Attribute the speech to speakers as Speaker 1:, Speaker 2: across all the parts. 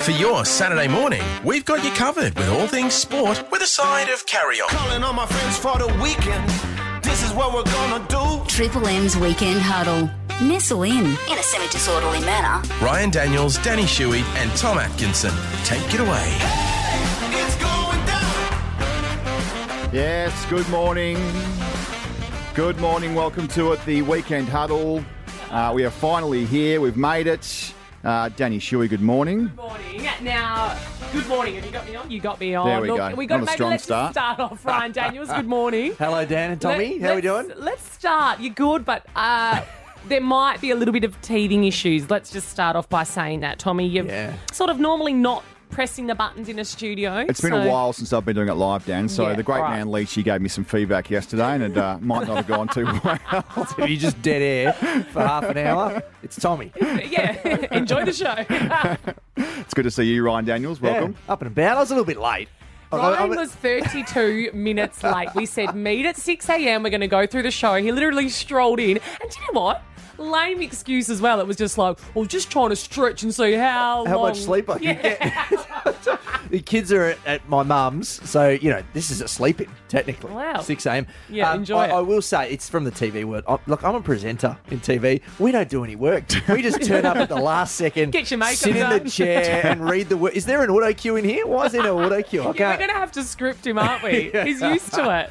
Speaker 1: For your Saturday morning, we've got you covered with all things sport with a side of carry on.
Speaker 2: Calling all my friends for the weekend. This is what we're gonna do.
Speaker 3: Triple M's Weekend Huddle. Nestle in in a semi disorderly manner.
Speaker 1: Ryan Daniels, Danny Shuey, and Tom Atkinson. Take it away.
Speaker 2: It's going down.
Speaker 4: Yes, good morning. Good morning. Welcome to it, the weekend huddle. Uh, we are finally here. We've made it. Uh, Danny Shuey, good morning.
Speaker 5: morning. Now, good morning. Have you got me on? You got me on.
Speaker 4: There we
Speaker 5: Look,
Speaker 4: go.
Speaker 5: We got
Speaker 4: Not a
Speaker 5: maybe
Speaker 4: strong
Speaker 5: let's
Speaker 4: start.
Speaker 5: just start off. Ryan Daniels. Good morning.
Speaker 6: Hello, Dan and Tommy.
Speaker 5: Let-
Speaker 6: How we
Speaker 5: let's-
Speaker 6: doing?
Speaker 5: Let's start. You're good, but uh, there might be a little bit of teething issues. Let's just start off by saying that, Tommy. You're
Speaker 6: Yeah.
Speaker 5: sort of normally not pressing the buttons in a studio.
Speaker 4: It's been a
Speaker 5: so-
Speaker 4: while since I've been doing it live, Dan. So
Speaker 5: Yeah,
Speaker 4: the great
Speaker 5: all right.
Speaker 4: man Leachy gave me some feedback yesterday, and it uh, might not have gone too well.
Speaker 6: If you just dead air for half an hour, it's Tommy.
Speaker 5: Yeah. Enjoy the show.
Speaker 4: it's good to see you, Ryan Daniels. Welcome.
Speaker 6: Yeah, up and about. I was a little bit late. I- I- I-
Speaker 5: Ryan was 32 minutes late. We said meet at 6 a.m. We're going to go through the show. He literally strolled in, and do you know what? Lame excuse as well. It was just like, well, just trying to stretch and see how
Speaker 6: how
Speaker 5: long.
Speaker 6: much sleep I could get. the kids are at, at my mum's, so you know this is a sleep-in technically.
Speaker 5: Wow.
Speaker 6: Six a.m.
Speaker 5: Yeah, enjoy
Speaker 6: I,
Speaker 5: it.
Speaker 6: I will say it's from the TV world. I, look, I'm a presenter in TV. We don't do any work. We just turn up at the last second.
Speaker 5: Get your makeup
Speaker 6: Sit in
Speaker 5: done.
Speaker 6: the chair and read the. Word. Is there an auto cue in here? Why is there no auto cue? I
Speaker 5: Yeah, we're
Speaker 6: can't-
Speaker 5: going to have to script him, aren't we? He's used to it.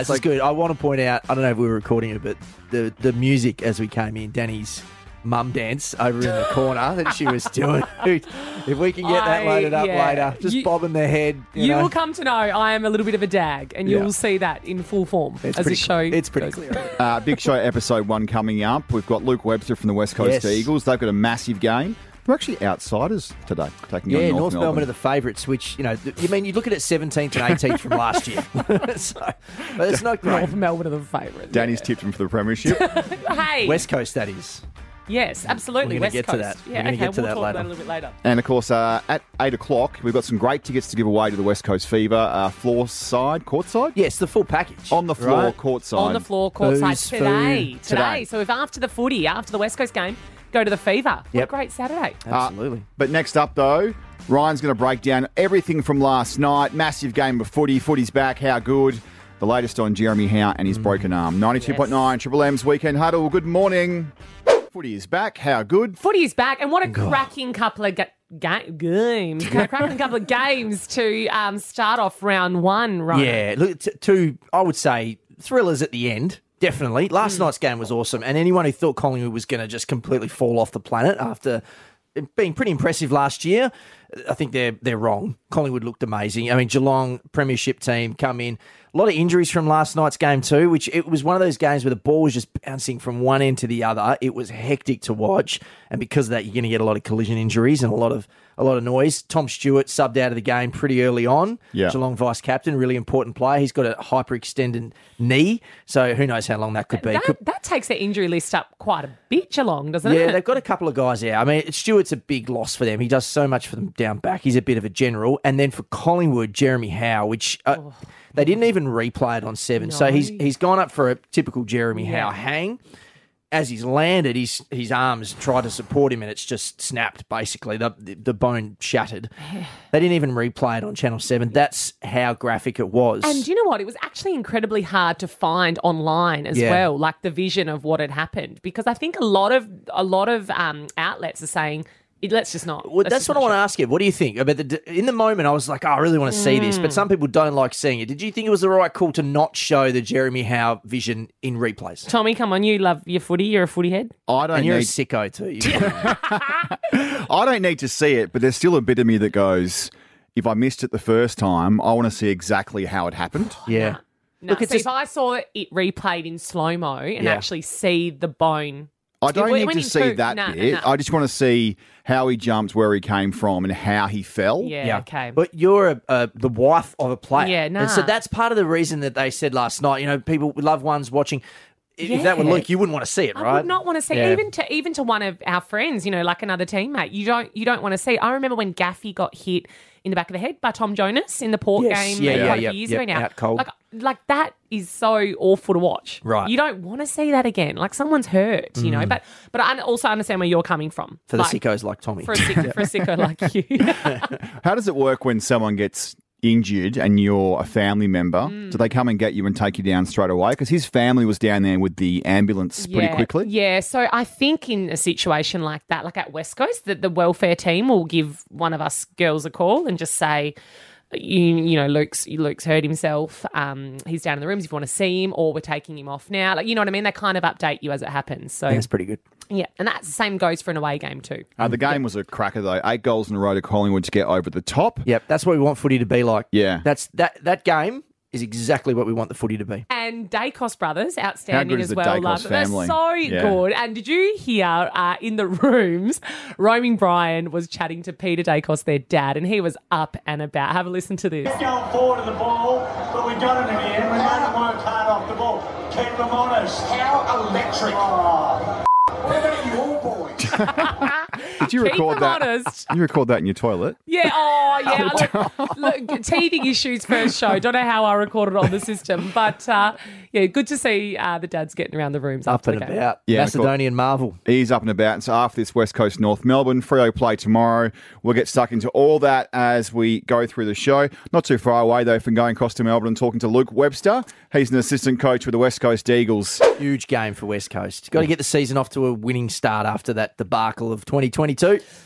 Speaker 4: it's
Speaker 6: this
Speaker 4: like-
Speaker 6: is good. I want to point out. I don't know if we were recording it, but the the music as we came in, Danny's mum dance over in the corner that she was doing. if we can get that
Speaker 5: I-
Speaker 6: loaded up
Speaker 5: yeah.
Speaker 6: later, just
Speaker 5: You-
Speaker 6: bobbing the head. You,
Speaker 5: You
Speaker 6: know.
Speaker 5: will come to know I am a little bit of a dag, and you
Speaker 6: Yeah.
Speaker 5: will see that in full form
Speaker 6: It's
Speaker 5: as the
Speaker 6: pretty
Speaker 5: show.
Speaker 6: cl- it's pretty
Speaker 5: goes.
Speaker 6: clear.
Speaker 4: Uh, big show episode one coming up. We've got Luke Webster from the West Coast
Speaker 6: Yes.
Speaker 4: Eagles. They've got a massive game. We're actually outsiders today, taking on
Speaker 6: Yeah,
Speaker 4: North,
Speaker 6: North Melbourne.
Speaker 4: Melbourne
Speaker 6: are the favourites, which you know. Th- you mean you look at it seventeenth and eighteenth from last year, so but it's not great.
Speaker 5: North Melbourne are the favourites.
Speaker 4: Danny's tipped him for the premiership.
Speaker 5: Hey.
Speaker 6: West Coast, that is.
Speaker 5: yes, absolutely.
Speaker 6: We're gonna
Speaker 5: West
Speaker 6: get to
Speaker 5: Coast.
Speaker 6: that. We're
Speaker 5: Yeah,
Speaker 6: gonna
Speaker 5: okay,
Speaker 6: get to
Speaker 5: we'll
Speaker 6: that
Speaker 5: talk
Speaker 6: later.
Speaker 5: about it a little bit later.
Speaker 4: And of course, uh, at eight o'clock, we've got some great tickets to give away to the West Coast Fever uh, floor side, court side.
Speaker 6: Yes, the full package
Speaker 4: On the floor,
Speaker 6: right?
Speaker 4: court side.
Speaker 5: on the floor courtside
Speaker 6: Booze, food,
Speaker 5: today, today.
Speaker 4: today.
Speaker 5: So if after the footy, after the West Coast game, go to the Fever. What a
Speaker 6: Yep.
Speaker 5: great Saturday.
Speaker 4: Uh,
Speaker 6: Absolutely.
Speaker 4: but next up, though, Ryan's going to break down everything from last night. Massive game of footy. Footy's back. How good. The latest on Jeremy Howe and his
Speaker 6: Mm.
Speaker 4: broken arm. 92.9 Triple M's Weekend Huddle. Good morning. Footy is back. How good.
Speaker 5: Footy is back, and what a cracking couple of ga- ga- games, a cracking couple of games to um, start off round one, right?
Speaker 6: Yeah, look, t- two, I would say, thrillers at the end. Definitely. Last night's game was awesome. And anyone who thought Collingwood was going to just completely fall off the planet after it being pretty impressive last year, I think they're they're wrong. Collingwood looked amazing. I mean, Geelong Premiership team come in. A lot of injuries from last night's game too, which it was one of those games where the ball was just bouncing from one end to the other. It was hectic to watch, and because of that, you're going to get a lot of collision injuries and a lot of a lot of noise. Tom Stewart subbed out of the game pretty early on.
Speaker 4: Yeah.
Speaker 6: Geelong vice captain, really important player. He's got a hyperextended knee, so who knows how long that could be.
Speaker 5: That,
Speaker 6: Could-
Speaker 5: that takes their injury list up quite a bit along, doesn't
Speaker 6: yeah,
Speaker 5: it?
Speaker 6: they've got a couple of guys out. I mean, Stewart's a big loss for them. He does so much for them down back. He's a bit of a general. And then for Collingwood, Jeremy Howe, which uh, they didn't even replay it on seven. So he's
Speaker 5: Oh. No.
Speaker 6: he's gone up for a typical Jeremy
Speaker 5: Yeah.
Speaker 6: Howe hang. As he's landed, his his arms tried to support him, and it's just snapped. Basically, the the, the bone shattered. they didn't even replay it on Channel Seven. That's how graphic it was.
Speaker 5: And do you know what? It was actually incredibly hard to find online as
Speaker 6: Yeah.
Speaker 5: well, like the vision of what had happened, because I think a lot of a lot of um, outlets are saying, "Let's just not."
Speaker 6: Well, that's what I want to ask you. What do you think? About the, d- in the moment, I was like, oh, I really want to see this,
Speaker 5: Hmm.
Speaker 6: but some people don't like seeing it. Did you think it was the right call to not show the Jeremy Howe vision in replays?
Speaker 5: Tommy, come on, you love your footy. You're a footy head.
Speaker 4: I don't
Speaker 6: And you're a
Speaker 4: need.
Speaker 6: sicko too. You-
Speaker 4: I don't need to see it, but there's still a bit of me that goes. If I missed it the first time, I want to see exactly how it happened.
Speaker 6: yeah.
Speaker 5: No,
Speaker 6: Look, it's
Speaker 5: so
Speaker 6: just-
Speaker 5: if I saw it replayed in slow mo and
Speaker 6: Yeah.
Speaker 5: actually see the bone,
Speaker 4: I don't
Speaker 5: It went
Speaker 4: need to
Speaker 5: in
Speaker 4: see
Speaker 5: two.
Speaker 4: that
Speaker 5: No, no,
Speaker 4: bit.
Speaker 5: no.
Speaker 4: I just want to see how he jumped, where he came from, and how he fell.
Speaker 5: yeah, okay.
Speaker 6: But you're a, a, the wife of a player.
Speaker 5: Yeah, nah.
Speaker 6: And so that's part of the reason that they said last night, you know, people, loved ones watching. If, if that were
Speaker 5: Yeah.
Speaker 6: Luke, you wouldn't want to see it,
Speaker 5: I
Speaker 6: right?
Speaker 5: would not want to see
Speaker 6: Yeah.
Speaker 5: even to even to one of our friends, you know, like another teammate. You don't you don't want to see. I remember when Gaffy got hit in the back of the head by Tom Jonas in the Port
Speaker 6: Yes,
Speaker 5: game
Speaker 6: yeah,
Speaker 5: a
Speaker 6: yeah,
Speaker 5: couple
Speaker 6: yeah,
Speaker 5: of years
Speaker 6: yeah,
Speaker 5: ago now.
Speaker 6: out cold.
Speaker 5: Like like that is so awful to watch.
Speaker 6: Right. Mm.
Speaker 5: You don't want to see that again. Like someone's hurt, you know. But but I also understand where you're coming from.
Speaker 6: for the
Speaker 5: Like,
Speaker 6: sickos like Tommy.
Speaker 5: For a, sick, for a sicko like you.
Speaker 4: How does it work when someone gets injured and you're a family member?
Speaker 5: Mm.
Speaker 4: Do they come and get you and take you down straight away? Because his family was down there with the ambulance pretty
Speaker 5: yeah,
Speaker 4: quickly.
Speaker 5: Yeah, so I think in a situation like that, like at West Coast, that the welfare team will give one of us girls a call and just say, you, you know, Luke's Luke's hurt himself. Um, he's down in the rooms. If you want to see him, or we're taking him off now. Like you know what I mean? They kind of update you as it happens. So
Speaker 6: That's pretty good.
Speaker 5: yeah, and that's the same goes for an away game too.
Speaker 4: Uh, the game was a cracker though. Eight goals in a row to Collingwood to get over the top.
Speaker 6: Yep, that's what we want footy to be like.
Speaker 4: Yeah.
Speaker 6: that's that that game is exactly what we want the footy to be.
Speaker 5: And Dacos brothers, outstanding
Speaker 4: How good is
Speaker 5: as
Speaker 4: the
Speaker 5: well.
Speaker 4: Dacos
Speaker 5: love them.
Speaker 4: family?
Speaker 5: They're so
Speaker 4: Yeah.
Speaker 5: good. And did you hear uh, in the rooms, roaming Brian was chatting to Peter Dacos, their dad, and he was up and about. Have a listen to this.
Speaker 7: going forward to the ball, but we got it in the end. We made them work hard off the ball. Keep them honest. How electric. Oh. What about your boys?
Speaker 4: Did you
Speaker 5: Keep
Speaker 4: record
Speaker 5: them
Speaker 4: that?
Speaker 5: honest.
Speaker 4: You record that in your toilet?
Speaker 5: Yeah, oh yeah. Look, look, teething issues first show. Don't know how I recorded on the system, but uh, yeah, good to see uh, the dads getting around the rooms
Speaker 6: Up
Speaker 5: after
Speaker 6: and
Speaker 5: the game.
Speaker 6: about,
Speaker 4: Yeah,
Speaker 6: Macedonian marvel.
Speaker 4: He's up and about. And so after this West Coast North Melbourne Frio play tomorrow, we'll get stuck into all that as we go through the show. Not too far away though from going across to Melbourne and talking to Luke Webster. He's an assistant coach with the West Coast Eagles.
Speaker 6: Huge game for West Coast. Got to get the season off to a winning start after that debacle of 2022.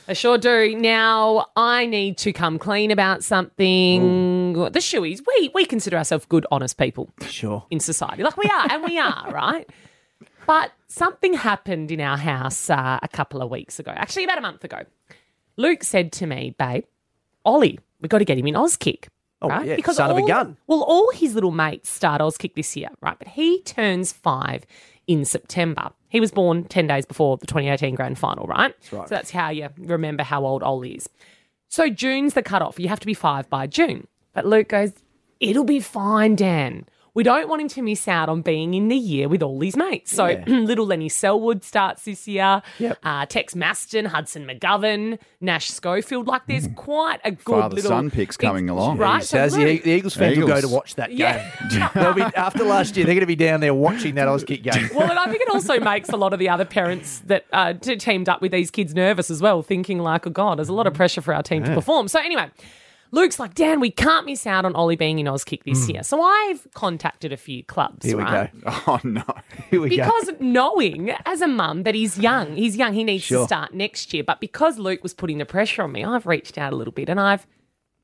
Speaker 5: I sure do. Now I need to come clean about something. The shoeys, we we consider ourselves good, honest people
Speaker 6: Sure.
Speaker 5: in society. Like we are, and we are, right? But something happened in our house uh, a couple of weeks ago, actually about a month ago. Luke said to me, "Babe, Ollie, we got to get him in Auskick,
Speaker 6: Oh,
Speaker 5: right?
Speaker 6: yeah, son of a
Speaker 5: all-
Speaker 6: gun.
Speaker 5: Well, all his little mates start Auskick this year, right? But he turns five in September. He was born ten days before the 2018 Grand Final, right? So that's how you remember how old Ollie is. So June's the cutoff. You have to be five by June. But Luke goes, it'll be fine, Dan. We don't want him to miss out on being in the year with all his mates. So little Lenny Selwood starts this year.
Speaker 6: Yep.
Speaker 5: Uh, Tex Maston, Hudson McGovern, Nash Schofield. Like there's quite a good
Speaker 4: Father
Speaker 5: little
Speaker 4: son picks coming along.
Speaker 5: right?
Speaker 6: So as the, E-,
Speaker 5: Luke-
Speaker 6: the Eagles fans will go
Speaker 4: Eagles.
Speaker 6: to watch that game.
Speaker 5: Yeah.
Speaker 6: They'll be, after last year, they're going to be down there watching that Auskick game.
Speaker 5: well, and I think it also makes a lot of the other parents that uh, t- teamed up with these kids nervous as well, thinking like, oh god, there's a lot of pressure for our team to perform. So anyway, Luke's like, Dan, we can't miss out on Ollie being in Auskick this year. So I've contacted a few clubs.
Speaker 6: Here we
Speaker 5: right?
Speaker 6: go.
Speaker 4: Oh no.
Speaker 6: Here we go.
Speaker 5: Because knowing as a mum that he's young, he's young, he needs
Speaker 6: Sure.
Speaker 5: to start next year. But because Luke was putting the pressure on me, I've reached out a little bit and I've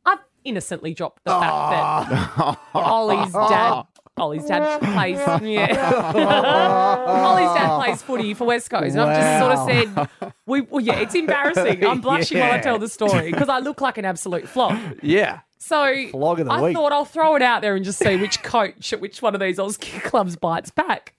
Speaker 5: I've innocently dropped the fact that Ollie's dad Ollie's dad plays yeah. Ollie's dad plays footy for West Coast. And I've just sort of said we well, yeah, it's embarrassing. I'm blushing while I
Speaker 6: Yeah.
Speaker 5: tell the story because I look like an absolute flop.
Speaker 6: Yeah.
Speaker 5: So
Speaker 6: Flog of the
Speaker 5: I
Speaker 6: week.
Speaker 5: thought I'll throw it out there and just see which coach at which one of these Aussie clubs bites back.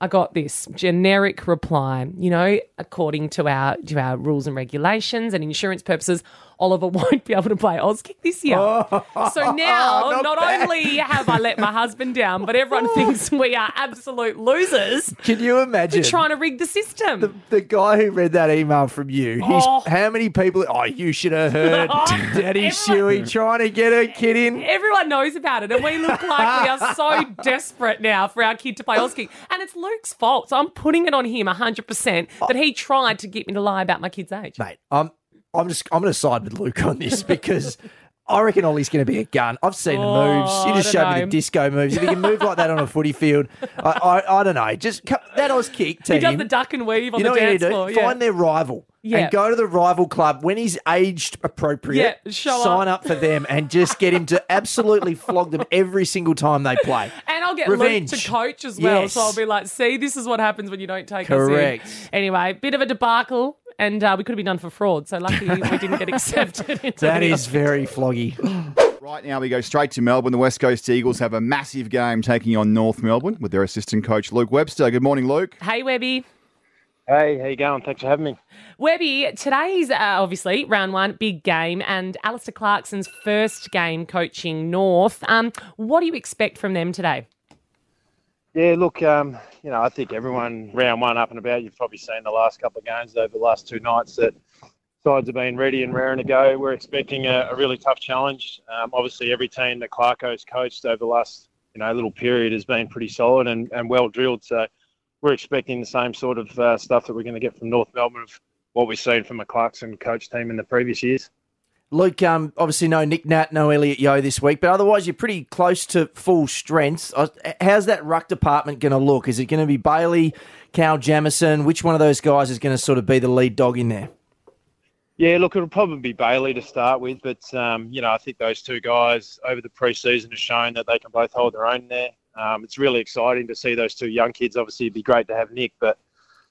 Speaker 5: I got this generic reply. You know, according to our to our rules and regulations and insurance purposes, Oliver won't be able to play Auskick this year. so now,
Speaker 6: not
Speaker 5: not,
Speaker 6: bad.
Speaker 5: only have I let my husband down, but everyone thinks we are absolute losers
Speaker 6: Can you imagine?
Speaker 5: for trying to rig the system.
Speaker 6: the guy who read that email from you, he's,
Speaker 5: Oh.
Speaker 6: how many people? Oh, you should have heard Daddy
Speaker 5: Everyone-
Speaker 6: Shuey trying to get her kid in.
Speaker 5: Everyone knows about it, and we look like we are so desperate now for our kid to play Oski. And it's Luke's fault. So I'm putting it on him 100% that he tried to get me to lie about my kid's age.
Speaker 6: mate. I'm I'm just I'm going to side with Luke on this because I reckon Ollie's going to be a gun. I've seen
Speaker 5: Oh,
Speaker 6: the moves. You
Speaker 5: I don't
Speaker 6: just showed me the
Speaker 5: know.
Speaker 6: disco moves. If he can move like that on a footy field, I I, I don't know. Just co- that Oz kick team.
Speaker 5: He does the duck and weave on
Speaker 6: you know
Speaker 5: the
Speaker 6: what you
Speaker 5: dance
Speaker 6: need to do?
Speaker 5: floor. yeah.
Speaker 6: Find their rival
Speaker 5: Yeah.
Speaker 6: and go to the rival club when he's aged appropriate.
Speaker 5: Yeah, show
Speaker 6: sign up. for them and just get him to absolutely flog them every single time they play.
Speaker 5: and I'll get
Speaker 6: Revenge.
Speaker 5: Luke to coach as well.
Speaker 6: Yes.
Speaker 5: So I'll be like, see, this is what happens when you don't take
Speaker 6: Correct.
Speaker 5: us in. Anyway, bit of a debacle, and uh, we could have been done for fraud. So lucky we didn't get accepted. into
Speaker 6: That
Speaker 5: the-
Speaker 6: is very floggy.
Speaker 4: Right now, we go straight to Melbourne. The West Coast Eagles have a massive game taking on North Melbourne with their assistant coach Luke Webster. Good morning, Luke.
Speaker 5: Hey, Webby.
Speaker 8: Hey, how you going? Thanks for having me.
Speaker 5: Webby, today's uh, obviously round one, big game, and Alistair Clarkson's first game coaching North. Um, what do you expect from them today?
Speaker 8: Yeah, look, um, you know, I think everyone round one up and about. You've probably seen the last couple of games over the last two nights that sides have been ready and raring to go. We're expecting a, a really tough challenge. Um, obviously, every team that Clarko's coached over the last you know little period has been pretty solid and, and well drilled. So we're expecting the same sort of uh, stuff that we're going to get from North Melbourne of what we've seen from a Clarkson coach team in the previous years.
Speaker 6: Luke, um, obviously no Nick Nat, no Elliot Yo this week, but otherwise you're pretty close to full strength. Uh, How's that ruck department going to look? Is it going to be Bailey, Cal Jamison? Which one of those guys is going to sort of be the lead dog in there?
Speaker 8: Yeah, look, it'll probably be Bailey to start with, but um, you know I think those two guys over the preseason have shown that they can both hold their own there. Um, it's really exciting to see those two young kids. Obviously, it'd be great to have Nick, but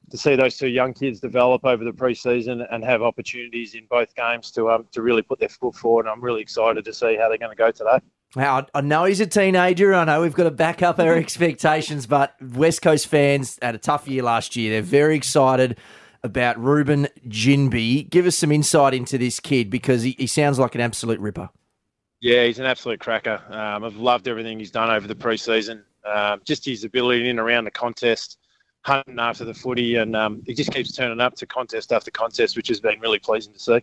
Speaker 8: to see those two young kids develop over the preseason and have opportunities in both games to um, to really put their foot forward. I'm really excited to see how they're going to go today.
Speaker 6: Now, I- I know he's a teenager. I know we've got to back up our expectations, but West Coast fans had a tough year last year. They're very excited about Ruben Jinby. Give us some insight into this kid because he, he sounds like an absolute ripper.
Speaker 8: Yeah, he's an absolute cracker. Um, I've loved everything he's done over the preseason. Um, just his ability in and around the contest, hunting after the footy, and um, he just keeps turning up to contest after contest, which has been really pleasing to see.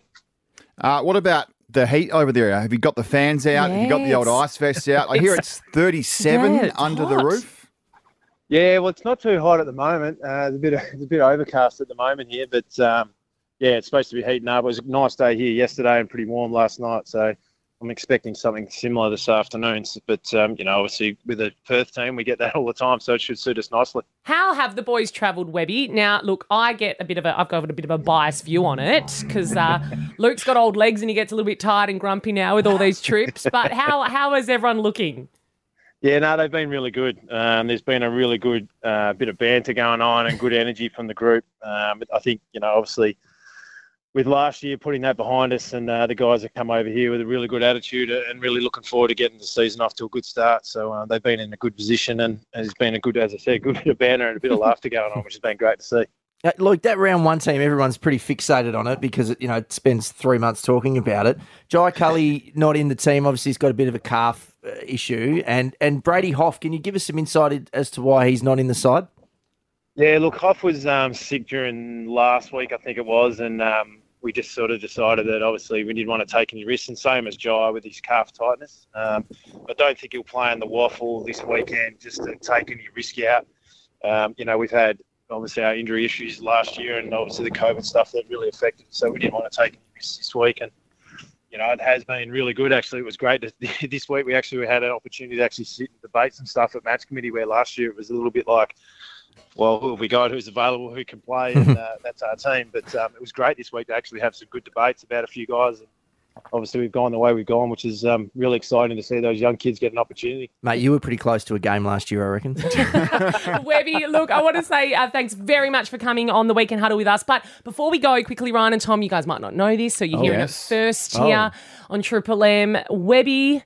Speaker 4: Uh, what about the heat over there? Have you got the fans out? Have you got the old
Speaker 5: Yes.
Speaker 4: ice vests out? I hear it's 37
Speaker 5: Yeah, it's
Speaker 4: under the
Speaker 5: hot.
Speaker 4: roof.
Speaker 8: Yeah, well, it's not too hot at the moment. Uh, it's a bit it's a bit overcast at the moment here, but um, yeah, it's supposed to be heating up. It was a nice day here yesterday and pretty warm last night, so I'm expecting something similar this afternoon. S- But um, you know, obviously with a Perth team, we get that all the time, so it should suit us nicely.
Speaker 5: How have the boys travelled, Webby? Now, look, I get a bit of a, I've got a bit of a biased view on it because uh, Luke's got old legs and he gets a little bit tired and grumpy now with all these trips. But how how is everyone looking?
Speaker 8: Yeah, no, they've been really good. Um, there's been a really good uh, bit of banter going on and good energy from the group. Um, I think, you know, obviously with last year putting that behind us and uh, the guys have come over here with a really good attitude and really looking forward to getting the season off to a good start. So uh, they've been in a good position and it's been a good, as I said, good bit of banter and a bit of laughter going on, which has been great to see.
Speaker 6: Uh, Luke, that round one team, everyone's pretty fixated on it because it, you know it spends three months talking about it. Jai Cully not in the team. Obviously, he's got a bit of a calf uh, issue, and and Brady Hoff. Can you give us some insight as to why he's not in the side?
Speaker 8: Yeah, look, Hoff was um, sick during last week, I think it was, and um, we just sort of decided that obviously we didn't want to take any risks, and same as Jai with his calf tightness. Um, I don't think he'll play in the waffle this weekend just to take any risk out. Um, you know, we've had obviously our injury issues last year, and obviously the COVID stuff that really affected, so we didn't want to take any risks this week. And you know, it has been really good. Actually, it was great to, this week. We actually had an opportunity to actually sit and debate some stuff at match committee, where last year it was a little bit like well, who have we got? Who's available? Who can play? And uh, that's our team. But um, it was great this week to actually have some good debates about a few guys. And obviously, we've gone the way we've gone, which is um, really exciting to see those young kids get an opportunity.
Speaker 6: Mate, you were pretty close to a game last year, I reckon.
Speaker 5: Webby, look, I want to say uh, thanks very much for coming on the Weekend Huddle with us. But before we go, quickly, Ryan and Tom, you guys might not know this, so
Speaker 6: Oh,
Speaker 5: you're hearing
Speaker 4: yes.
Speaker 5: it first here on Triple M. Webby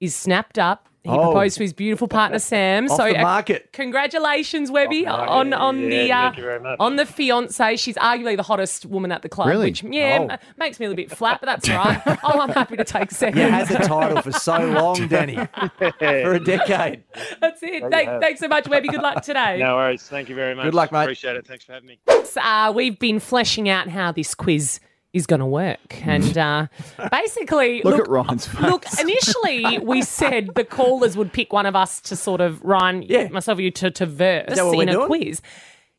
Speaker 5: is snapped up. He
Speaker 6: Oh.
Speaker 5: proposed to his beautiful partner Sam.
Speaker 6: Off
Speaker 5: so
Speaker 6: the Oh,
Speaker 5: uh,
Speaker 6: market.
Speaker 5: congratulations, Webby, on on the uh,
Speaker 8: yeah, thank you very much.
Speaker 5: on the fiance. She's arguably the hottest woman at the club.
Speaker 4: Really?
Speaker 5: Which yeah,
Speaker 6: Oh.
Speaker 5: m- makes me a little bit flat, but that's all right. oh, I'm happy to take second.
Speaker 6: You had the title for so long, Danny, for a decade.
Speaker 5: that's it. Thank- thanks so much, Webby. Good luck today.
Speaker 8: No worries. Thank you very much.
Speaker 6: Good luck, mate.
Speaker 8: Appreciate it. Thanks for having me.
Speaker 5: uh, we've been fleshing out how this quiz is going to work. And uh, basically,
Speaker 4: Look,
Speaker 5: look,
Speaker 4: at Ryan's face.
Speaker 5: look, initially we said the callers would pick one of us to sort of, Ryan,
Speaker 6: Yeah.
Speaker 5: myself, you to, to verse
Speaker 6: Is that what
Speaker 5: in
Speaker 6: we're
Speaker 5: a
Speaker 6: doing?
Speaker 5: quiz.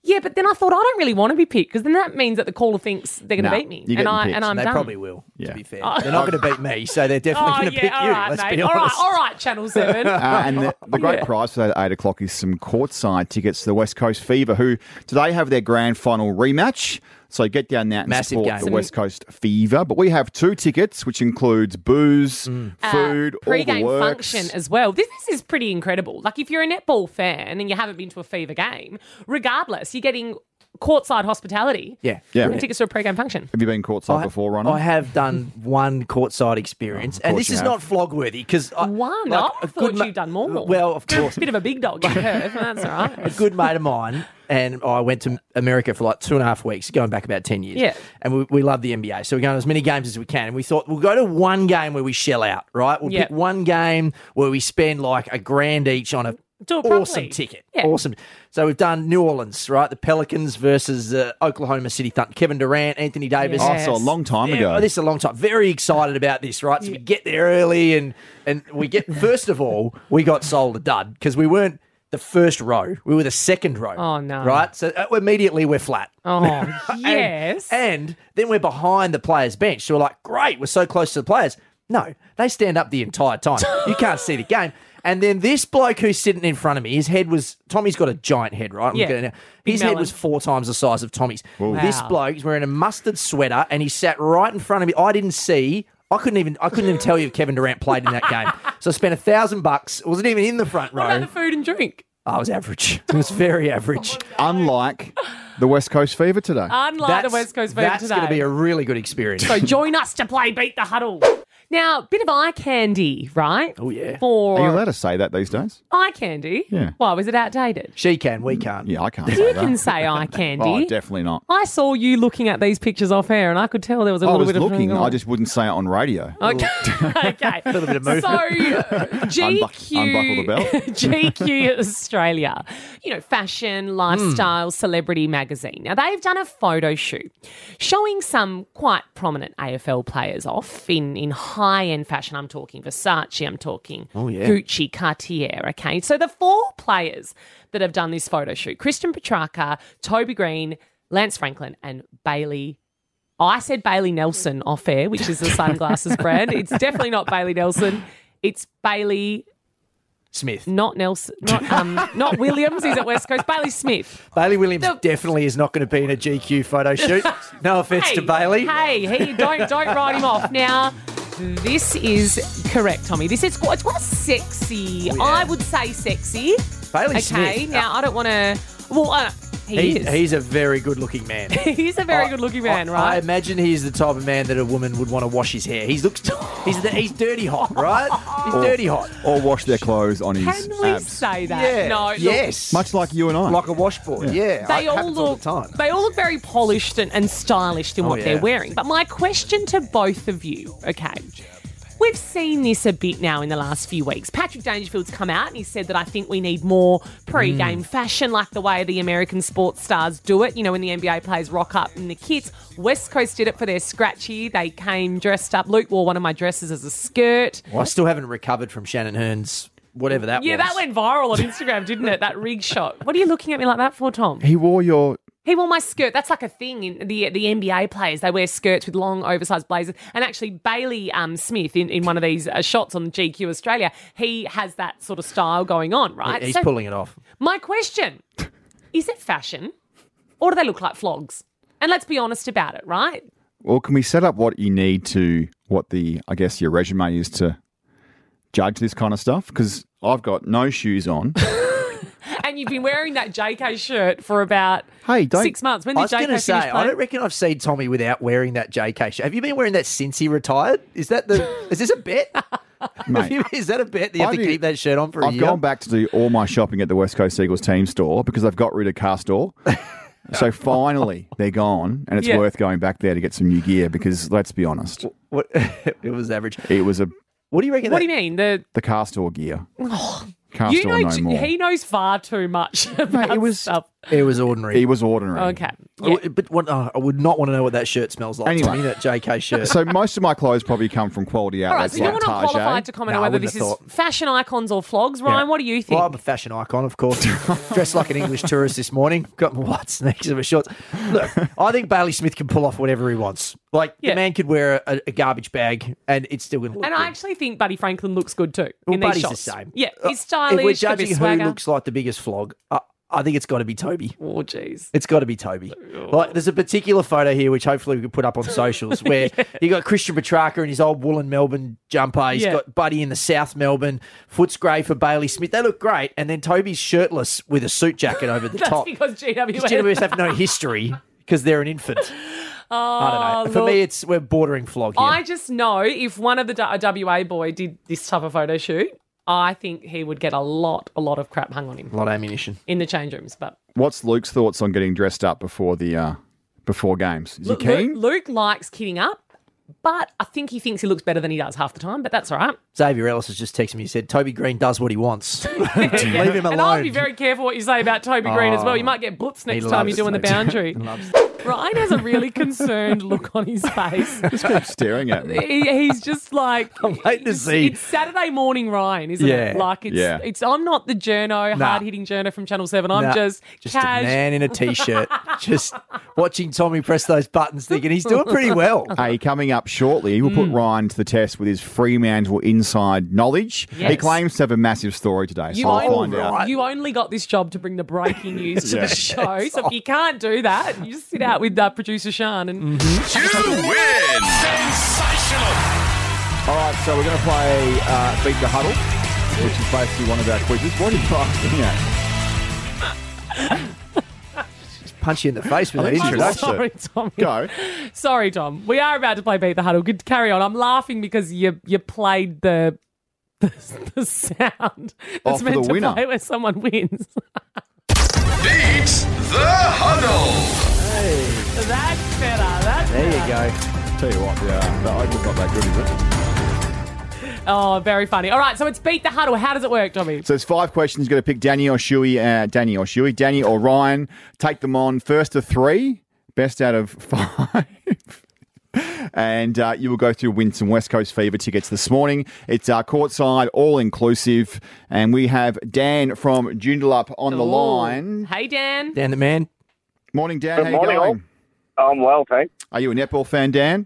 Speaker 5: Yeah, but then I thought I don't really want to be picked because then that means that the caller thinks they're going to
Speaker 4: Nah,
Speaker 5: beat me,
Speaker 4: you're getting
Speaker 5: and I
Speaker 4: picked.
Speaker 5: and I'm
Speaker 6: they
Speaker 5: done.
Speaker 6: probably will,
Speaker 4: Yeah.
Speaker 6: to be fair. They're not going to beat me, so they're definitely
Speaker 5: Oh
Speaker 6: going to pick
Speaker 5: yeah, all
Speaker 6: you.
Speaker 5: right,
Speaker 6: let's
Speaker 5: mate.
Speaker 6: be
Speaker 5: all
Speaker 6: honest.
Speaker 5: right, all right, Channel Seven.
Speaker 6: Oh,
Speaker 4: Uh, and the, the great
Speaker 5: Yeah.
Speaker 4: prize for that at 8 o'clock is some courtside tickets to the West Coast Fever, who today have their grand final rematch. So get down there and
Speaker 6: Massive
Speaker 4: support
Speaker 6: game.
Speaker 4: the
Speaker 6: Some-
Speaker 4: West Coast Fever. But we have two tickets, which includes booze,
Speaker 6: Mm.
Speaker 4: food, all the
Speaker 5: Uh, pre-game
Speaker 4: works.
Speaker 5: function as well. This, this is pretty incredible. Like if you're a netball fan and you haven't been to a fever game, regardless, you're getting courtside hospitality.
Speaker 6: Yeah.
Speaker 4: Yeah.
Speaker 5: And tickets to a pre-game function.
Speaker 4: Have you been courtside before, Ron?
Speaker 6: I have done one courtside experience, and
Speaker 4: Oh, course
Speaker 6: this is
Speaker 4: you
Speaker 6: not flog worthy because
Speaker 5: One. Oh, I thought you'd done more.
Speaker 6: Well, of course,
Speaker 5: Bit of a big dog, you heard, but that's all
Speaker 6: a
Speaker 5: right.
Speaker 6: good mate of mine and I went to America for like two and a half weeks, going back about 10 years.
Speaker 5: Yeah.
Speaker 6: And we, we love the NBA. So we're going to as many games as we can. And we thought we'll go to one game where we shell out, right? We'll
Speaker 5: Yeah.
Speaker 6: pick one game where we spend like a grand each on a
Speaker 5: Do it properly.
Speaker 6: awesome ticket.
Speaker 5: Yeah.
Speaker 6: Awesome. So we've done New Orleans, right? The Pelicans versus uh, Oklahoma City Thunder. Kevin Durant, Anthony Davis.
Speaker 5: Yeah.
Speaker 4: Oh, so a long time
Speaker 6: Yeah,
Speaker 4: ago.
Speaker 6: well, this is a long time. Very excited about this, right? So we get there early, and and we get first of all, we got sold a dud because we weren't the first row; we were the second row.
Speaker 5: Oh, no.
Speaker 6: Right? So uh, immediately we're flat.
Speaker 5: Oh,
Speaker 6: And-
Speaker 5: yes.
Speaker 6: And then we're behind the players' bench. So we're like, great, we're so close to the players. No, they stand up the entire time. You can't see the game. And then this bloke who's sitting in front of me, his head was Tommy's got a giant head, right? I'm
Speaker 5: Yeah.
Speaker 6: looking at it now.
Speaker 5: Big
Speaker 6: His head
Speaker 5: melon.
Speaker 6: was four times the size of Tommy's. This
Speaker 5: Wow.
Speaker 6: bloke's wearing a mustard sweater and he sat right in front of me. I didn't see. I couldn't even I couldn't even tell you if Kevin Durant played in that game. So I spent a thousand bucks. It wasn't even in the front
Speaker 5: What about
Speaker 6: row.
Speaker 5: the food and drink?
Speaker 6: I was average. It was very average.
Speaker 4: Unlike the West Coast Fever today.
Speaker 5: Unlike Oh the West Coast Fever
Speaker 6: that's
Speaker 5: today.
Speaker 6: going to be a really good experience.
Speaker 5: So join us to play Beat the Huddle. Now, bit of eye candy, right? Oh
Speaker 6: yeah.
Speaker 5: For
Speaker 4: Are you allowed to say that these days?
Speaker 5: eye candy.
Speaker 4: Yeah.
Speaker 5: Why was it outdated?
Speaker 6: She can, we can't.
Speaker 4: Yeah, I can't say
Speaker 5: You
Speaker 4: that.
Speaker 5: can say eye candy.
Speaker 4: Oh, definitely not.
Speaker 5: I saw you looking at these pictures off air, and I could tell there was a
Speaker 4: I
Speaker 5: little
Speaker 4: was
Speaker 5: bit of
Speaker 4: looking.
Speaker 5: Oh.
Speaker 4: I just wouldn't say it on radio.
Speaker 6: Oh.
Speaker 5: Okay. okay. A little bit of movement. So, uh, GQ,
Speaker 4: unbuckle the belt.
Speaker 5: GQ Australia, you know, fashion, lifestyle, celebrity magazine. Now, they've done a photo shoot showing some quite prominent AFL players off in, in high end fashion. I'm talking Versace, I'm talking Gucci, Cartier, okay? So, the four players that have done this photo shoot Christian Petrarca, Toby Green, Lance Franklin, and Bailey I said Bailey Nelson off air, which is the sunglasses brand. It's definitely not Bailey Nelson. It's Bailey,
Speaker 6: Smith.
Speaker 5: not Nelson, not um, not Williams. He's at West Coast. Bailey Smith.
Speaker 6: Bailey Williams
Speaker 5: The-
Speaker 6: definitely is not going to be in a GQ photo shoot. No offense to Bailey.
Speaker 5: Hey, he don't don't write him off now. This is correct, Tommy. This is it's quite sexy.
Speaker 6: Oh,
Speaker 5: I would say sexy.
Speaker 6: Bailey
Speaker 5: Okay,
Speaker 6: Smith.
Speaker 5: now I don't want to. Well, I don't, he,
Speaker 6: He-
Speaker 5: is.
Speaker 6: he's a very good looking man.
Speaker 5: he's a very good-looking man,
Speaker 6: I- I
Speaker 5: right?
Speaker 6: imagine he's the type of man that a woman would want to wash his hair. He's looks he's the, he's dirty hot, right? He's
Speaker 4: Oh.
Speaker 6: dirty hot.
Speaker 4: Or wash their clothes on his
Speaker 5: Can we
Speaker 4: abs.
Speaker 5: say that?
Speaker 6: Yeah.
Speaker 5: No. look,
Speaker 6: yes.
Speaker 4: Much like you and I.
Speaker 6: like a washboard. Yeah.
Speaker 5: they
Speaker 6: I-
Speaker 5: all
Speaker 6: happens
Speaker 5: look
Speaker 6: the time. Oh,
Speaker 5: they all look very polished and, and stylish in what
Speaker 6: yeah.
Speaker 5: they're wearing. But my question to both of you, okay. We've seen this a bit now in the last few weeks. Patrick Dangerfield's come out and he said that I think we need more pre-game
Speaker 6: Mm.
Speaker 5: fashion, like the way the American sports stars do it. You know, when the NBA players rock up in the kits. West Coast did it for their scratchy. They came dressed up. Luke wore one of my dresses as a skirt.
Speaker 6: I still haven't recovered from Shannon Hearn's whatever that
Speaker 5: Yeah,
Speaker 6: was.
Speaker 5: that went viral on Instagram, didn't it? That rig shot. What are you looking at me like that for, Tom?
Speaker 4: He wore your.
Speaker 5: He wore my skirt. That's like a thing in the the NBA players. They wear skirts with long, oversized blazers. And actually, Bailey um, Smith in, in one of these uh, shots on GQ Australia, he has that sort of style going on, right?
Speaker 6: He's
Speaker 5: So
Speaker 6: pulling it off.
Speaker 5: My question is: it fashion, or do they look like flogs? And let's be honest about it, right?
Speaker 4: Well, can we set up what you need to, what the, I guess, your resume is to judge this kind of stuff? Because I've got no shoes on.
Speaker 5: And you've been wearing that JK shirt for about
Speaker 4: Hey, don't-
Speaker 5: six months. When did
Speaker 6: I was
Speaker 5: JK
Speaker 6: going to
Speaker 5: finish
Speaker 6: say, I
Speaker 5: playing?
Speaker 6: don't reckon I've seen Tommy without wearing that JK shirt. Have you been wearing that since he retired? Is that the? is this a bet? Have
Speaker 4: Mate.
Speaker 6: you- is that a bet that you have
Speaker 4: I
Speaker 6: to
Speaker 4: do-
Speaker 6: keep that shirt on for a
Speaker 4: I've
Speaker 6: year?
Speaker 4: gone back to do all my shopping at the West Coast Eagles team store because they've got rid of Castor. so finally, they're gone, and it's
Speaker 5: Yeah.
Speaker 4: worth going back there to get some new gear because let's be honest,
Speaker 6: What, it was average.
Speaker 4: it was a
Speaker 6: What do you reckon?
Speaker 5: what
Speaker 6: that,
Speaker 5: do you mean? The
Speaker 4: the Castor gear. Castor
Speaker 5: you know
Speaker 4: no
Speaker 5: j-
Speaker 4: more.
Speaker 5: he knows far too much about
Speaker 4: it was-
Speaker 5: stuff.
Speaker 6: It was ordinary.
Speaker 4: He was ordinary.
Speaker 5: Okay.
Speaker 6: I
Speaker 5: Yeah.
Speaker 6: would- but what, oh, I would not want to know what that shirt smells like.
Speaker 4: Anyway.
Speaker 6: Anyway, that JK shirt.
Speaker 4: So most of my clothes probably come from quality
Speaker 5: All right,
Speaker 4: outlets
Speaker 5: so you're
Speaker 4: like
Speaker 5: not
Speaker 4: Target.
Speaker 5: qualified to comment
Speaker 6: No, eh? I
Speaker 5: on whether
Speaker 6: wouldn't
Speaker 5: this
Speaker 6: have
Speaker 5: is
Speaker 6: thought.
Speaker 5: fashion icons or flogs. Ryan,
Speaker 6: Yeah.
Speaker 5: what do you think?
Speaker 6: well, I'm a fashion icon, of course. Dressed like an English tourist this morning. Got my white sneakers and my shorts. Look, I think Bailey Smith can pull off whatever he wants. Like
Speaker 5: Yeah.
Speaker 6: the man could wear a, a garbage bag and it's still going to look.
Speaker 5: and
Speaker 6: good.
Speaker 5: I actually think Buddy Franklin looks good too.
Speaker 6: Well,
Speaker 5: in these
Speaker 6: Buddy's
Speaker 5: shots.
Speaker 6: the same.
Speaker 5: Yeah,
Speaker 6: Uh,
Speaker 5: he's stylish.
Speaker 6: If we're judging
Speaker 5: a bit
Speaker 6: who
Speaker 5: swagger.
Speaker 6: looks like the biggest flog, I, I think it's got to be Toby.
Speaker 5: Oh, jeez.
Speaker 6: It's got to be Toby.
Speaker 5: Oh.
Speaker 6: Like, there's a particular photo here which hopefully we can put up on socials where you got Christian Petrarca in his old woolen Melbourne jumper. He's
Speaker 5: Yeah.
Speaker 6: got Buddy in the South Melbourne. Foot's grey for Bailey Smith. They look great. And then Toby's shirtless with a suit jacket over the
Speaker 5: That's
Speaker 6: top.
Speaker 5: because GWS.
Speaker 6: GWS have no history because they're an infant. I don't know. For
Speaker 5: Ah, look.
Speaker 6: me, it's we're bordering flog here.
Speaker 5: I just know if one of the D- a WA boy did this type of photo shoot, I think he would get a lot, a lot of crap hung on him
Speaker 6: a lot of ammunition.
Speaker 5: in the change rooms. But
Speaker 4: What's Luke's thoughts on getting dressed up before the uh, before games? Is
Speaker 5: Look,
Speaker 4: he keen?
Speaker 5: Luke, Luke likes kidding up. But I think he thinks he looks better than he does half the time, but that's all right.
Speaker 6: Xavier Ellis has just texted me. He said Toby Green does what he wants. Leave him alone. Oh,
Speaker 5: And I'll be very careful what you say about Toby Green as well. You might get blitzed next time you're doing
Speaker 6: loves
Speaker 5: the
Speaker 6: it.
Speaker 5: boundary. Ryan has a really concerned look on his face.
Speaker 4: Just keep staring at me.
Speaker 5: He- he's just like
Speaker 6: I'm waiting to
Speaker 5: it's,
Speaker 6: see.
Speaker 5: it's Saturday morning Ryan, isn't it?
Speaker 6: Yeah.
Speaker 5: Like it's
Speaker 4: Yeah.
Speaker 5: it's I'm not the journo,
Speaker 6: Nah.
Speaker 5: hard hitting journo from Channel Seven. I'm
Speaker 6: Nah,
Speaker 5: just,
Speaker 6: just
Speaker 5: cash.
Speaker 6: a man in a t-shirt, just watching Tommy press those buttons, thinking he's doing pretty well.
Speaker 4: Hey, coming up shortly, we'll put
Speaker 5: Hmm.
Speaker 4: Ryan to the test with his Fremantle inside knowledge. He
Speaker 5: Yes.
Speaker 4: claims to have a massive story today, so
Speaker 5: You
Speaker 4: I'll
Speaker 5: only,
Speaker 4: find out.
Speaker 5: you only got this job to bring the breaking news to
Speaker 4: Yeah.
Speaker 5: the show. So if you can't do that, you just sit out with uh, producer Sean and
Speaker 6: Mm-hmm.
Speaker 1: You win!
Speaker 4: All right, so we're going to play uh, Beat the Huddle, which is basically one of our quizzes. What are you laughing at?
Speaker 6: Punch you in the face with that
Speaker 4: think
Speaker 6: introduction.
Speaker 5: I'm
Speaker 4: Introduction.
Speaker 5: sorry, Tommy.
Speaker 4: Go.
Speaker 5: Sorry, Tom. We are about to play Beat the Huddle. Good, carry on. I'm laughing because you you played the the, the sound that's
Speaker 4: Oh, for
Speaker 5: meant
Speaker 4: the
Speaker 5: to
Speaker 4: winner.
Speaker 5: play when someone wins.
Speaker 1: Beat the huddle!
Speaker 5: That's better. That's
Speaker 6: There you go.
Speaker 4: Tell you what, yeah, the open's not that good, is it?
Speaker 5: oh, very funny. All right, so it's beat the huddle. How does it work, Tommy?
Speaker 4: So there's five questions. You've got to pick Danny or Shuey, uh, Danny or Shuey, Danny or Ryan. Take them on first to three, best out of five. And uh, you will go through win some West Coast Fever tickets this morning. It's uh, courtside, all inclusive, and we have Dan from Joondalup on the
Speaker 5: Ooh.
Speaker 4: line.
Speaker 5: Hey, Dan.
Speaker 6: Dan the man.
Speaker 4: Morning, Dan.
Speaker 9: Good
Speaker 4: How
Speaker 9: morning,
Speaker 4: you going?
Speaker 9: I'm well, thanks.
Speaker 4: Are you a netball fan, Dan?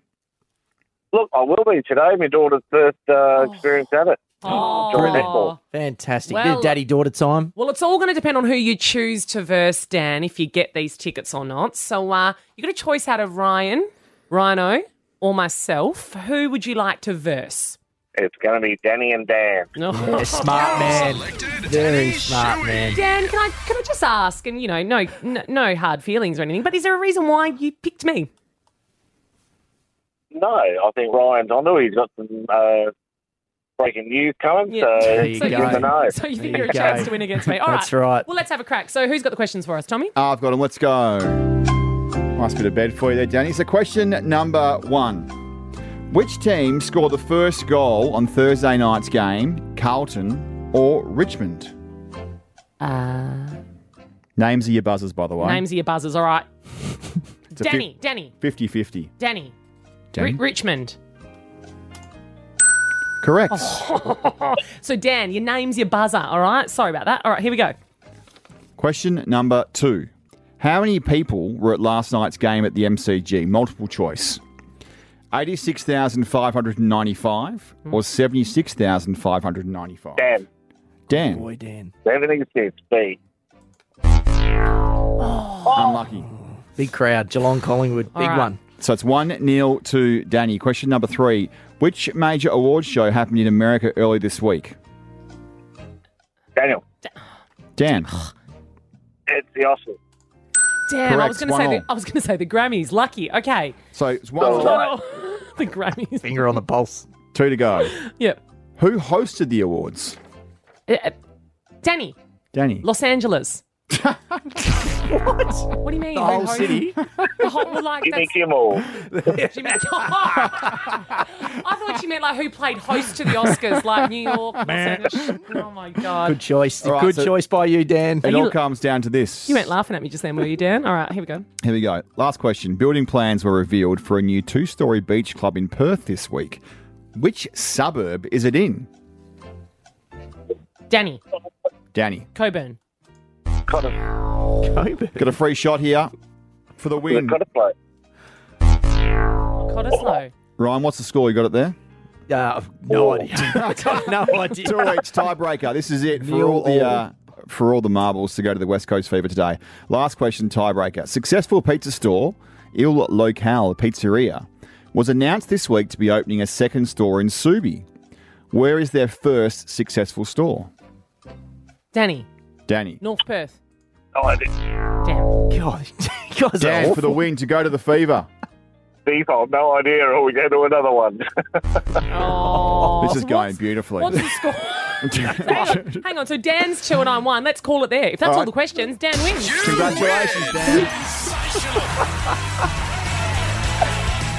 Speaker 9: Look, I will be today. My daughter's first uh, experience at it.
Speaker 5: Oh.
Speaker 9: Dreadful.
Speaker 6: Fantastic. Bit
Speaker 5: Well-
Speaker 6: of daddy daughter time.
Speaker 5: Well, it's all going to depend on who you choose to verse, Dan, if you get these tickets or not. So uh, you got a choice out of Ryan, Rhino, or myself. Who would you like to verse?
Speaker 9: It's going to be Danny and Dan.
Speaker 6: Yeah, smart man. Very smart man.
Speaker 5: Dan, can I can I just ask? And you know, no, no, no hard feelings or anything. But is there a reason why you picked me?
Speaker 9: No, I think Ryan's onto it. He's got some uh, breaking news coming,
Speaker 5: Yeah.
Speaker 9: so
Speaker 5: There
Speaker 6: you
Speaker 9: he's
Speaker 6: go.
Speaker 9: in the know.
Speaker 5: So you think
Speaker 6: There
Speaker 5: you're
Speaker 6: you
Speaker 5: a chance
Speaker 6: go.
Speaker 5: to win against me? All right.
Speaker 6: That's right.
Speaker 5: Well, let's have a crack. So who's got the questions for us, Tommy?
Speaker 4: Ah, I've got him. Let's go. Nice bit of bed for you there, Danny. So, question number one Which team scored the first goal on Thursday night's game, Carlton or Richmond? Names of your buzzers, by the way.
Speaker 5: Uh, Names of your buzzers. All right.
Speaker 4: It's a
Speaker 5: Danny, Danny,
Speaker 4: 50 50.
Speaker 5: Danny, Ri Richmond.
Speaker 4: Correct.
Speaker 5: Oh. So Dan, your name's your buzzer. All right. Sorry about that. All right. Here we go.
Speaker 4: Question number two How many people were at last night's game at the MCG? Multiple choice. 86,595 or 76,595?
Speaker 9: Dan,
Speaker 4: Dan.
Speaker 6: Boy, Dan.
Speaker 9: everything's good. B.
Speaker 4: Unlucky.
Speaker 6: Big crowd. Geelong Collingwood. Big
Speaker 5: right.
Speaker 6: one.
Speaker 4: So it's 1 0 to Danny. Question number three Which major awards show happened in America early this week?
Speaker 9: Daniel,
Speaker 4: Dan.
Speaker 9: it's the Oscars.
Speaker 5: Dan, I was
Speaker 4: Correct.
Speaker 5: going to say
Speaker 4: One
Speaker 5: the,
Speaker 4: all.
Speaker 5: I was going to say the Grammys. Lucky. Okay.
Speaker 4: So it's 1
Speaker 9: All right.
Speaker 5: the Grammys.
Speaker 6: Finger on the pulse.
Speaker 4: 2 to go.
Speaker 5: Yep.
Speaker 4: Who hosted the awards?
Speaker 5: Uh, Danny,
Speaker 4: Danny.
Speaker 5: Los Angeles. what? What do you mean?
Speaker 6: The whole city.
Speaker 5: The whole, well, like,
Speaker 9: Jimmy
Speaker 5: that's,
Speaker 9: Kimmel.
Speaker 5: Jimmy Kimmel. I thought you meant like who played host to the Oscars, like New York. Los Angeles. Oh my
Speaker 6: Good
Speaker 5: god!
Speaker 6: choice.
Speaker 4: All right,
Speaker 6: Good
Speaker 4: so-
Speaker 6: choice by you, Dan.
Speaker 4: It all
Speaker 5: you-
Speaker 4: comes down to this.
Speaker 5: You weren't laughing at me just then, were you, Dan? All right, here we go.
Speaker 4: Here we go. Last question. Building plans were revealed for a new two story beach club in Perth this week. Which suburb is it in?
Speaker 5: Danny
Speaker 4: Danny.
Speaker 5: Coburn.
Speaker 9: Got
Speaker 6: Uh,
Speaker 4: Got a free shot here for the win.
Speaker 9: to play.
Speaker 5: Cottesloe.
Speaker 4: Ryan, what's the score? You got it there?
Speaker 6: Uh, no idea. I've got no idea.
Speaker 4: Two each tiebreaker. This is it for
Speaker 6: Nil
Speaker 4: all the
Speaker 6: all.
Speaker 4: uh, for all the marbles to go to the West Coast Fever today. Last question tiebreaker. Successful pizza store, Il Locale Pizzeria, was announced this week to be opening a second store in Subi. Where is their first successful store?
Speaker 5: Danny
Speaker 4: Danny.
Speaker 5: North Perth.
Speaker 9: Oh, it's
Speaker 5: Dan.
Speaker 6: God, you guys are
Speaker 4: Dan for
Speaker 6: awful.
Speaker 4: the win to go to the Fever.
Speaker 9: default. No idea. Or we go to another one.
Speaker 5: Oh,
Speaker 4: This is
Speaker 5: So
Speaker 4: going
Speaker 5: what's-
Speaker 4: beautifully.
Speaker 5: What's the score? hang, on, hang on. So Dan's two and I'm one. Let's call it there. If that's all,
Speaker 4: right.
Speaker 5: the questions, Dan wins.
Speaker 4: Congratulations, Dan.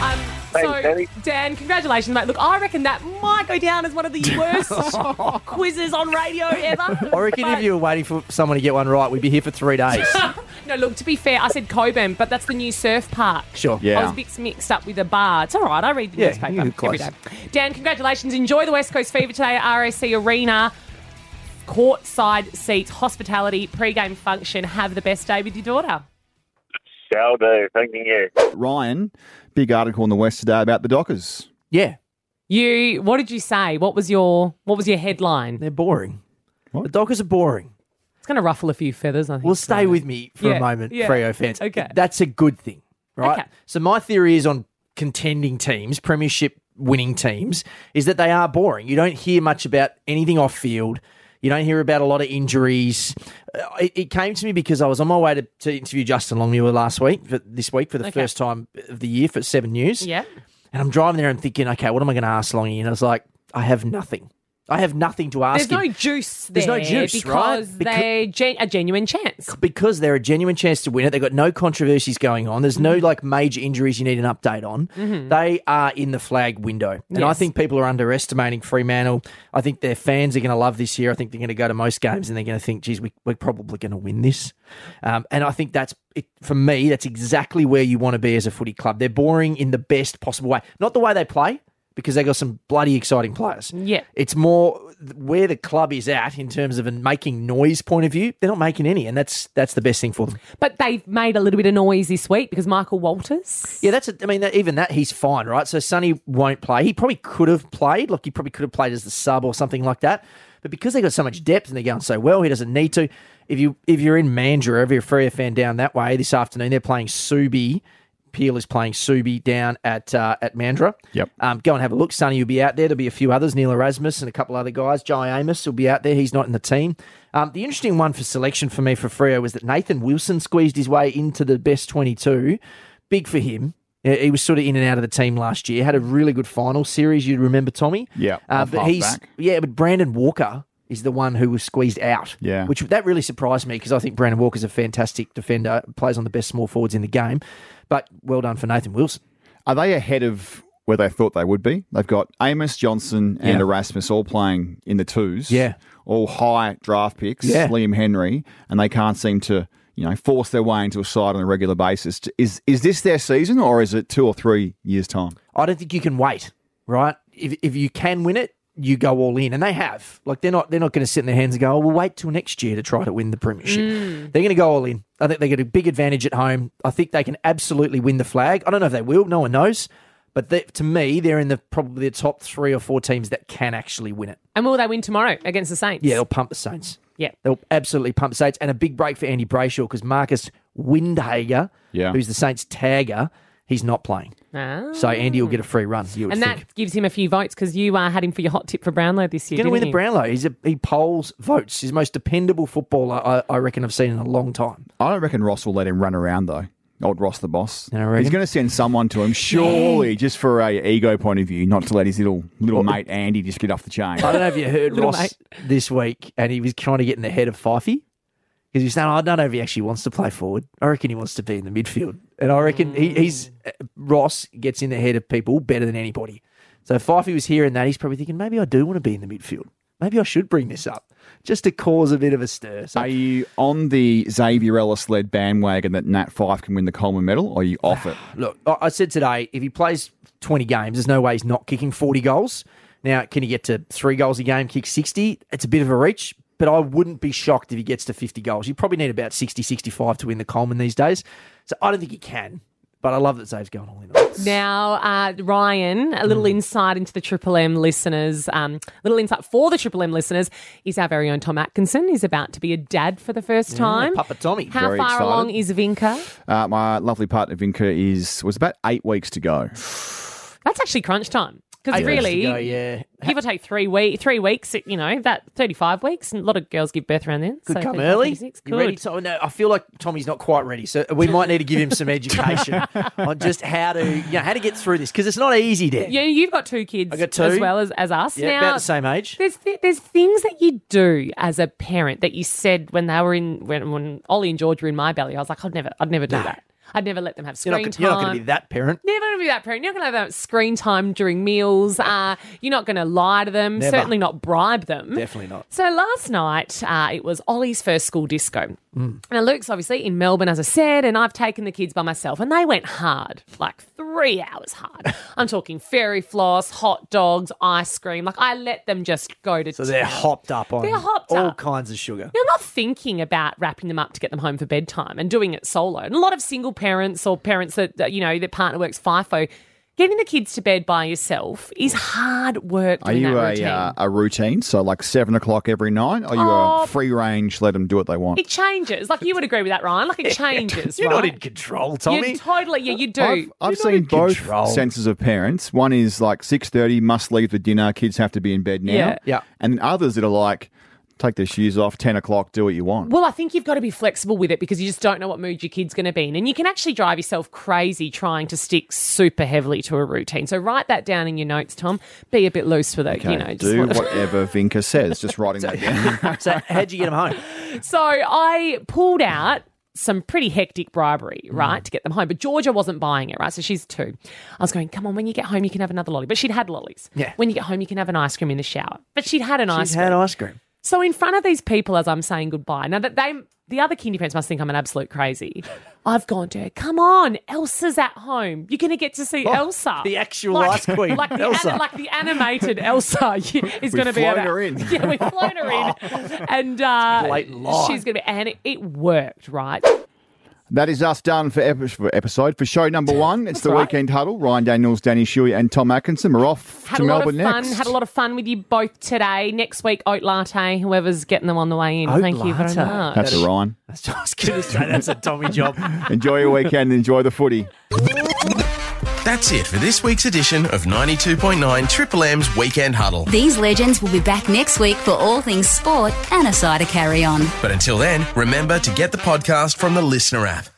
Speaker 5: Um,
Speaker 9: Thanks, Danny.
Speaker 5: So, Dan, congratulations, mate. Look, I reckon that might go down as one of the worst quizzes on radio ever.
Speaker 6: I reckon if
Speaker 5: But-
Speaker 6: you were waiting for someone to get one right, we'd be here for three days.
Speaker 5: No, look, to be fair, I said Coburn, but that's the new surf park.
Speaker 6: Sure.
Speaker 4: Yeah.
Speaker 5: I was a bit mixed up with a bar. It's all right. I read the
Speaker 6: Yeah,
Speaker 5: newspaper
Speaker 6: you're
Speaker 5: every
Speaker 6: close.
Speaker 5: day. Dan, congratulations. Enjoy the West Coast Fever today at RSC Arena. Courtside seats, hospitality, pre-game function. Have the best day with your daughter.
Speaker 9: Shall do. Thank you.
Speaker 4: Ryan, big article in the West today about the Dockers.
Speaker 6: Yeah,
Speaker 5: You, what did you say? What was your what was your headline?
Speaker 6: they're boring.
Speaker 4: What?
Speaker 6: The Dockers are boring.
Speaker 5: It's going to ruffle a few feathers. I think.
Speaker 6: Well, stay with me for
Speaker 5: Yeah,
Speaker 6: a moment,
Speaker 5: yeah.
Speaker 6: Freo fans.
Speaker 5: Okay.
Speaker 6: That's a good thing, right?
Speaker 5: Okay.
Speaker 6: So my theory is on contending teams, premiership winning teams, is that they are boring. You don't hear much about anything off field. You don't hear about a lot of injuries. Uh, It, it came to me because I was on my way to, to interview Justin Longmuir last week, for, this week for the
Speaker 5: Okay.
Speaker 6: first time of the year for Seven News.
Speaker 5: Yeah.
Speaker 6: And I'm driving there and thinking, okay, what am I going to ask Longy? And I was like, I have nothing. I have nothing to ask
Speaker 5: There's
Speaker 6: him
Speaker 5: no juice there.
Speaker 6: There's no juice, right?
Speaker 5: because
Speaker 6: Becau-
Speaker 5: they gen- a genuine chance.
Speaker 6: because they're a genuine chance to win it. They've got no controversies going on. There's
Speaker 5: Mm-hmm.
Speaker 6: no like major injuries you need an update on. They are in the flag window. And I
Speaker 5: Yes.
Speaker 6: think people are underestimating Fremantle. I think their fans are going to love this year. I think they're going to go to most games and they're going to think, geez, we, we're probably going to win this. Um, and I think that's, it, for me, that's exactly where you want to be as a footy club. They're boring in the best possible way, not the way they play. Because they got some bloody exciting players.
Speaker 5: Yeah.
Speaker 6: It's more th- where the club is at in terms of a making noise point of view. They're not making any, and that's that's the best thing for them.
Speaker 5: But they've made a little bit of noise this week because Michael Walters.
Speaker 6: Yeah, that's. A, I mean, that, even that he's fine, right? So Sonny won't play. He probably could have played. Like he probably could have played as the sub or something like that. But because they got so much depth and they're going so well, he doesn't need to. If you if you're in Mandurah, if you're a Freo fan down that way this afternoon, they're playing Subi. Peel is playing Subi down at uh, at Mandurah.
Speaker 4: Yep.
Speaker 6: Um, go and have a look. Sonny will be out there. There'll be a few others, Neil Erasmus and a couple other guys. Jai Amos will be out there. He's not in the team. Um, the interesting one for selection for me for Freo was that Nathan Wilson squeezed his way into the best 22. Big for him. Uh, He was sort of in and out of the team last year. Had a really good final series. You'd remember Tommy.
Speaker 4: Yeah,
Speaker 6: Uh,
Speaker 4: off
Speaker 6: but
Speaker 4: half
Speaker 6: he's
Speaker 4: back.
Speaker 6: yeah, but Brandon Walker is the one who was squeezed out.
Speaker 4: Yeah.
Speaker 6: which that really surprised me because I think Brandon Walker's a fantastic defender. Plays on the best small forwards in the game. But well done for Nathan Wilson.
Speaker 4: Are they ahead of where they thought they would be? They've got Amos Johnson and
Speaker 6: Yeah.
Speaker 4: Erasmus all playing in the twos.
Speaker 6: Yeah.
Speaker 4: All high draft picks,
Speaker 6: Yeah.
Speaker 4: Liam Henry, and they can't seem to, you know, force their way into a side on a regular basis. Is is this their season or is it two or three years' time?
Speaker 6: I don't think you can wait, right? If if you can win it, you go all in, and they have. Like they're not they're not going to sit in their hands and go, oh, we'll wait till next year to try to win the premiership.
Speaker 5: Mm.
Speaker 6: They're going to go all in. I think they get a big advantage at home. I think they can absolutely win the flag. I don't know if they will. No one knows. But they, to me, they're in the probably the top three or four teams that can actually win it.
Speaker 5: And will they win tomorrow against the Saints?
Speaker 6: Yeah, they'll pump the Saints.
Speaker 5: Yeah.
Speaker 6: They'll absolutely pump the Saints. And a big break for Andy Brayshaw because Marcus Windhager,
Speaker 4: Yeah.
Speaker 6: who's the Saints tagger, he's not playing.
Speaker 5: Ah.
Speaker 6: So Andy will get a free run. You would
Speaker 5: and
Speaker 6: think.
Speaker 5: that gives him a few votes because you uh, had him for your hot tip for Brownlow this year.
Speaker 6: Going to
Speaker 5: didn't
Speaker 6: win the
Speaker 5: you?
Speaker 6: Brownlow. He's a, he polls votes. He's the most dependable footballer I, I reckon I've seen in a long time.
Speaker 4: I don't reckon Ross will let him run around though. Old Ross the boss.
Speaker 6: You know, reckon?
Speaker 4: He's going to send someone to him, surely, just for a ego point of view, not to let his little little mate Andy just get off the chain.
Speaker 6: I don't know if you heard
Speaker 5: Little
Speaker 6: Ross
Speaker 5: mate.
Speaker 6: this week, and he was trying to get in the head of Fifey because he's saying, "I don't know if he actually wants to play forward. I reckon he wants to be in the midfield." And I reckon he,
Speaker 5: Mm.
Speaker 6: he's uh, Ross gets in the head of people better than anybody. So if Fifey was here and that he's probably thinking, "Maybe I do want to be in the midfield. Maybe I should bring this up just to cause a bit of a stir." So
Speaker 4: Are you on the Xavier Ellis led bandwagon that Nat Fife can win the Coleman medal, or are you off it?
Speaker 6: Look, I I said today, if he plays 20 games, there's no way he's not kicking 40 goals. Now, can he get to three goals a game, kick 60? It's a bit of a reach, but I wouldn't be shocked if he gets to 50 goals. You probably need about 60, 65 to win the Coleman these days. So I don't think he can, but I love that Zave's going all in. on it.
Speaker 5: Now, uh, Ryan, a
Speaker 6: Hmm.
Speaker 5: little insight into the Triple M listeners, um, little insight for the Triple M listeners is our very own Tom Atkinson. He's about to be a dad for the first time.
Speaker 6: Papa Tommy.
Speaker 5: How
Speaker 4: Very
Speaker 5: far
Speaker 4: excited.
Speaker 5: along is Vinka?
Speaker 4: Uh, my lovely partner Vinca is was about eight weeks to go.
Speaker 5: That's actually crunch time. Because
Speaker 6: Eight weeks
Speaker 5: really,
Speaker 6: ago, yeah.
Speaker 5: give or take three week, three weeks, you know, that 35 weeks. And a lot of girls give birth around then. so
Speaker 6: Could come
Speaker 5: 35,
Speaker 6: early.
Speaker 5: 36.
Speaker 6: You ready,
Speaker 5: Could.
Speaker 6: Tom? No, I feel like Tommy's not quite ready, so we might need to give him some education on just how to, you know, how to get through this because it's not easy, Dan.
Speaker 5: Yeah, you've got two kids
Speaker 6: I got two.
Speaker 5: as well as, as us. now,
Speaker 6: Yeah, about the same age.
Speaker 5: There's th- there's things that you do as a parent that you said when they were in when when Ollie and George were in my belly. I was like, I'd never I'd never do that. I'd never let them have
Speaker 6: You're
Speaker 5: screen
Speaker 6: not,
Speaker 5: time.
Speaker 6: you're not going to be that parent.
Speaker 5: Never going to be that parent. You're not going to have that screen time during meals. Uh, you're not going to lie to them.
Speaker 6: Never.
Speaker 5: Certainly not bribe them.
Speaker 6: Definitely not.
Speaker 5: So last night, uh, it was Ollie's first school disco. Now, Luke's obviously in Melbourne, as I said, and I've taken the kids by myself, and they went hard like three hours hard. I'm talking fairy floss, hot dogs, ice cream. Like, I let them just go to
Speaker 6: So they're hopped up on
Speaker 5: They're hopped
Speaker 6: all
Speaker 5: up.
Speaker 6: kinds of sugar.
Speaker 5: now, I'm not thinking about wrapping them up to get them home for bedtime and doing it solo. And a lot of single parents or parents that, that, you know their partner works FIFO, getting the kids to bed by yourself is hard work.
Speaker 4: Are
Speaker 5: doing
Speaker 4: you
Speaker 5: that
Speaker 4: a,
Speaker 5: routine.
Speaker 4: uh, a routine? So like seven o'clock every night? Are you
Speaker 5: Oh.
Speaker 4: a free range? Let them do what they want.
Speaker 5: it changes. Like you would agree with that, Ryan. Like it changes.
Speaker 6: You're
Speaker 5: right?
Speaker 6: not in control,
Speaker 5: You
Speaker 6: Tommy.
Speaker 5: totally. Yeah, you do.
Speaker 4: I've, I've
Speaker 6: You're not in
Speaker 4: seen both
Speaker 6: control.
Speaker 4: senses of parents. One is like six thirty, must leave for dinner. Kids have to be in bed now.
Speaker 5: Yeah.
Speaker 6: Yeah.
Speaker 4: And then others that are like, take their shoes off, ten o'clock, do what you want.
Speaker 5: Well, I think you've got to be flexible with it because you just don't know what mood your kid's going to be in. And you can actually drive yourself crazy trying to stick super heavily to a routine. So write that down in your notes, Tom. Be a bit loose with it,
Speaker 4: okay,
Speaker 5: you know. just
Speaker 4: do
Speaker 5: want-
Speaker 4: whatever Vinka says. Just writing that down.
Speaker 6: so how'd you get them home?
Speaker 5: So I pulled out some pretty hectic bribery,
Speaker 4: Mm.
Speaker 5: right, to get them home. But Georgia wasn't buying it, right? So she's two. I was going, come on, when you get home, you can have another lolly. But she'd had lollies.
Speaker 6: Yeah.
Speaker 5: When you get home, you can have an ice cream in the shower. But she'd had an ice
Speaker 6: She's
Speaker 5: cream.
Speaker 6: had ice cream.
Speaker 5: So in front of these people, as I'm saying goodbye, now that they, the other kindy parents must think I'm an absolute crazy. I've gone to her. Come on, Elsa's at home. You're going to get to see Elsa,
Speaker 6: the actual ice queen,
Speaker 5: like the,
Speaker 6: Elsa.
Speaker 5: ani- like the animated Elsa is going to be.
Speaker 4: flown
Speaker 5: about-
Speaker 4: her in.
Speaker 5: Yeah, we've flown her in, and uh,
Speaker 6: Blatant lie.
Speaker 5: she's going to be. And it, it worked, right?
Speaker 4: that is us done for, epi- for episode for show number one. It's the
Speaker 5: right.
Speaker 4: weekend huddle. Ryan Daniels, Danny Shuey, and Tom Atkinson. We're off
Speaker 5: Had
Speaker 4: to
Speaker 5: a lot
Speaker 4: Melbourne
Speaker 5: of fun.
Speaker 4: next.
Speaker 5: Had a lot of fun with you both today. Next week, oat latte. Whoever's getting them on the way in.
Speaker 6: Oat
Speaker 5: Thank you very
Speaker 6: latte.
Speaker 5: much.
Speaker 4: That's a Ryan.
Speaker 6: That's what I was going to say. That's a Tommy job.
Speaker 4: Enjoy your weekend. Enjoy the footy.
Speaker 1: That's it for this week's edition of 92.9 Triple M's Weekend Huddle.
Speaker 3: These legends will be back next week for all things sport and a side to carry on.
Speaker 1: But until then, remember to get the podcast from the listener app.